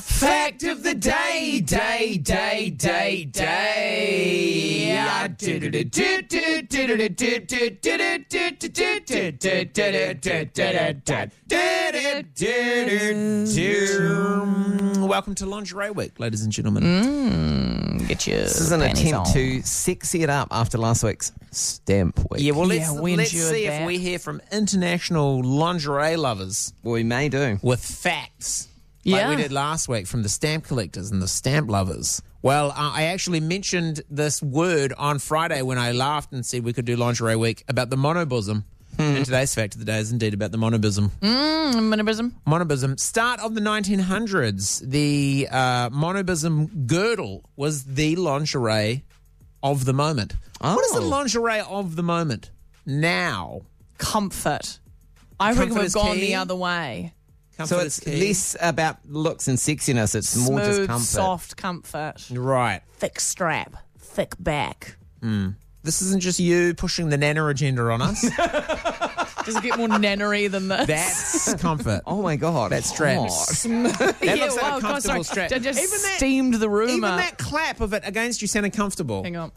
fact of the day, day, day, day, day. Ah, Welcome to Lingerie Week, ladies and gentlemen. Get your This is an panties attempt on. to sexy it up after last week's stamp week. Yeah, well, let's, Yeah, we let's endured see if that. we hear from international lingerie lovers we may do. with facts. Yeah. Like we did last week from the stamp collectors and the stamp lovers. Well, uh, I actually mentioned this word on Friday when I laughed and said we could do lingerie week about the monobosm. Hmm. And today's fact of the day is indeed about the monobosm Minibism. monobism. Start of the 1900s, the uh, monobism girdle was the lingerie of the moment. What is the Oh. lingerie of the moment now? Comfort. I reckon Comfort we've is gone key. the other way. Comfort So is it's key. less about looks and sexiness. It's more just Smooth, comfort. soft comfort. right. Thick strap. Thick back. This isn't just you pushing the nana agenda on us. Does it get more nannery than this? That's comfort. Oh my god, That's straps. yeah, looks like a wow, God, comfortable sorry. strap. I just Even that- steamed the room Even up. that clap of it against you sounded comfortable. Hang on.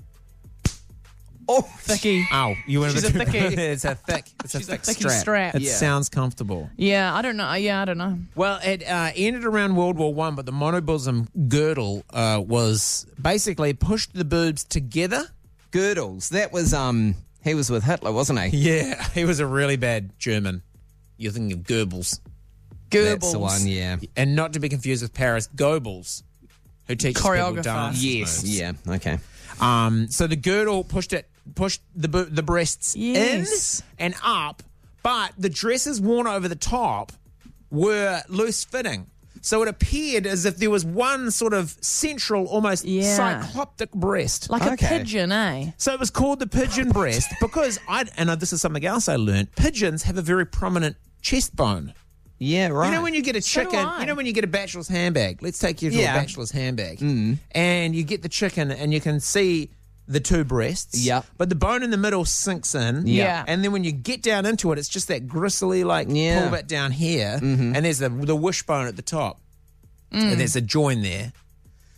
Oh, Thicky. Ow, you went She's a bit a thickie. it's a thick, it's a She's a thick thicky strap. strap. It Yeah. sounds comfortable. Yeah, I don't know. Uh, Yeah, I don't know. Well, it uh, ended around World War One, but the monobosm girdle uh, was basically pushed the boobs together. girdles. That was um, he was with Hitler, wasn't he? Yeah, he was a really bad German. You're thinking of Goebbels, Goebbels. That's the one. Yeah. and not to be confused with Paris Goebbels, who teaches people Choreographer. dance. Yes. moves. Yeah. Okay. Um, so the girdle pushed it, pushed the bo- the breasts Yes. in and up, but the dresses worn over the top were loose fitting. So it appeared as if there was one sort of central, almost Yeah. cycloptic breast. Like a Okay. pigeon, eh? so it was called the pigeon breast because I and this is something else I learned. Pigeons have a very prominent chest bone. Yeah. Right. You know when you get a So do chicken, I. you know when you get a bachelor's handbag. Let's take you to Yeah. a bachelor's handbag, and you get the chicken, and you can see the two breasts. Yep. But the bone in the middle sinks in. Yeah. And then when you get down into it, it's just that gristly, like Yeah. pull bit down here, and there's the the wishbone at the top, Mm. and there's a join there.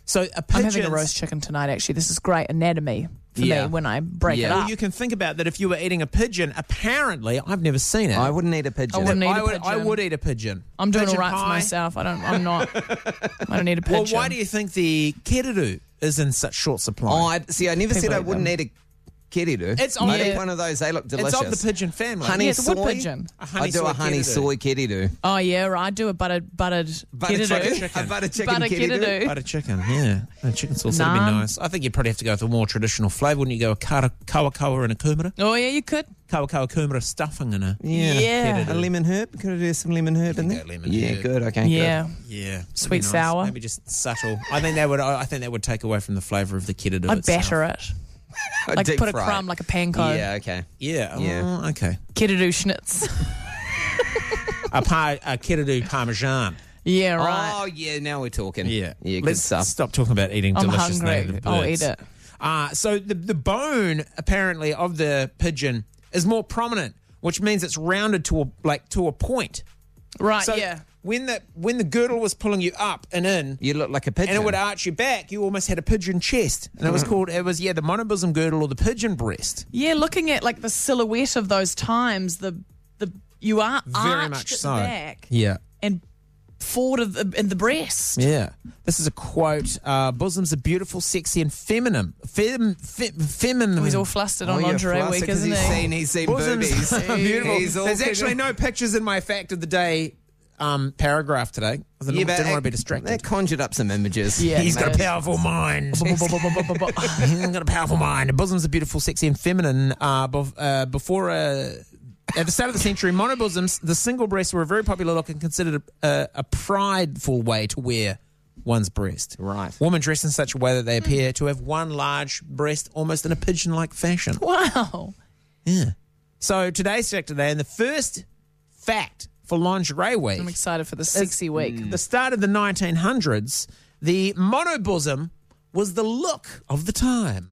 So a I'm pigeon. having a roast chicken tonight, actually. This is great anatomy for Yeah. me when I break it Yeah. up. Well, you can think about that if you were eating a pigeon. Apparently, I've never seen it. I wouldn't eat a pigeon. I wouldn't eat I a would, I pigeon. would eat a pigeon. I'm doing Pigeon all right for pie. myself. I don't. I'm not. I don't need a Well, pigeon. why do you think the keridu is in such short supply? Oh, I, see, I never said I eat wouldn't them. eat a keridu. It's I'd of- eat one of those. They look delicious. it's of the pigeon family. Honey Yeah, it's a soy. wood pigeon. A honey I do soy a honey keridu. soy keridu. Oh yeah, right. I do a buttered buttered Butter kiddo. chicken. chicken. A butter chicken Butter keridu. kiddo. Butter chicken, yeah. And chicken sauce would be Naan. nice. I think you'd probably have to go with a more traditional flavour, wouldn't you? Go a kara- kawakawa and a kumara? Oh yeah, you could. Kawakawa kumara stuffing and a. Yeah. Yeah. A lemon herb. Could I do some lemon herb in go there? lemon yeah, herb. good. Okay, Yeah. good. Yeah. that'd be Sweet nice. sour. Maybe just subtle. I think that would I think that would take away from the flavour of the kiddo. I batter it. I'd Like deep put a fry it. crumb like a panko. Yeah, okay. Yeah. Yeah. oh, okay. Kiddo schnitz. a pie, a kiddo parmesan. yeah, right. Oh, yeah, now we're talking. Yeah, good Let's stuff. stop talking about eating I'm delicious hungry. native I'll birds. eat it. Uh, so the, the bone apparently of the pigeon is more prominent, which means it's rounded to a like to a point. right. So Uh, yeah. when the when the girdle was pulling you up and in You look like a pigeon. and it would arch you back, you almost had a pigeon chest. And it was called it was yeah, the monobism girdle or the pigeon breast. Yeah. Looking at like the silhouette of those times, the the you are Very arched much at so. the back Yeah. and forward of the, in the breast. Yeah. This is a quote. Uh, bosoms are beautiful, sexy, and feminine. Fem, fe, feminine. He's all flustered Oh, on yeah, lingerie flustered week, 'cause isn't he's he? Seen, he's seen Bosoms boobies. are beautiful. He's all There's actually connected. no pictures in my fact of the day um, paragraph today. 'cause I Yeah, didn't, didn't but want to that- be distracted. That conjured up some images. Yeah, He's got a mate. powerful mind. He's got a powerful mind. Bosoms are beautiful, sexy, and feminine. Uh, bef- uh, before uh, at the start of the century, monobosoms, the single breasts, were a very popular look and considered a, a, a prideful way to wear one's breast. Right. Women dress in such a way that they appear to have one large breast, almost in a pigeon-like fashion. Wow. So today's fact today, and the first fact for lingerie week. I'm excited for the sexy week. the start of the 1900s, the monobosom was the look of the time.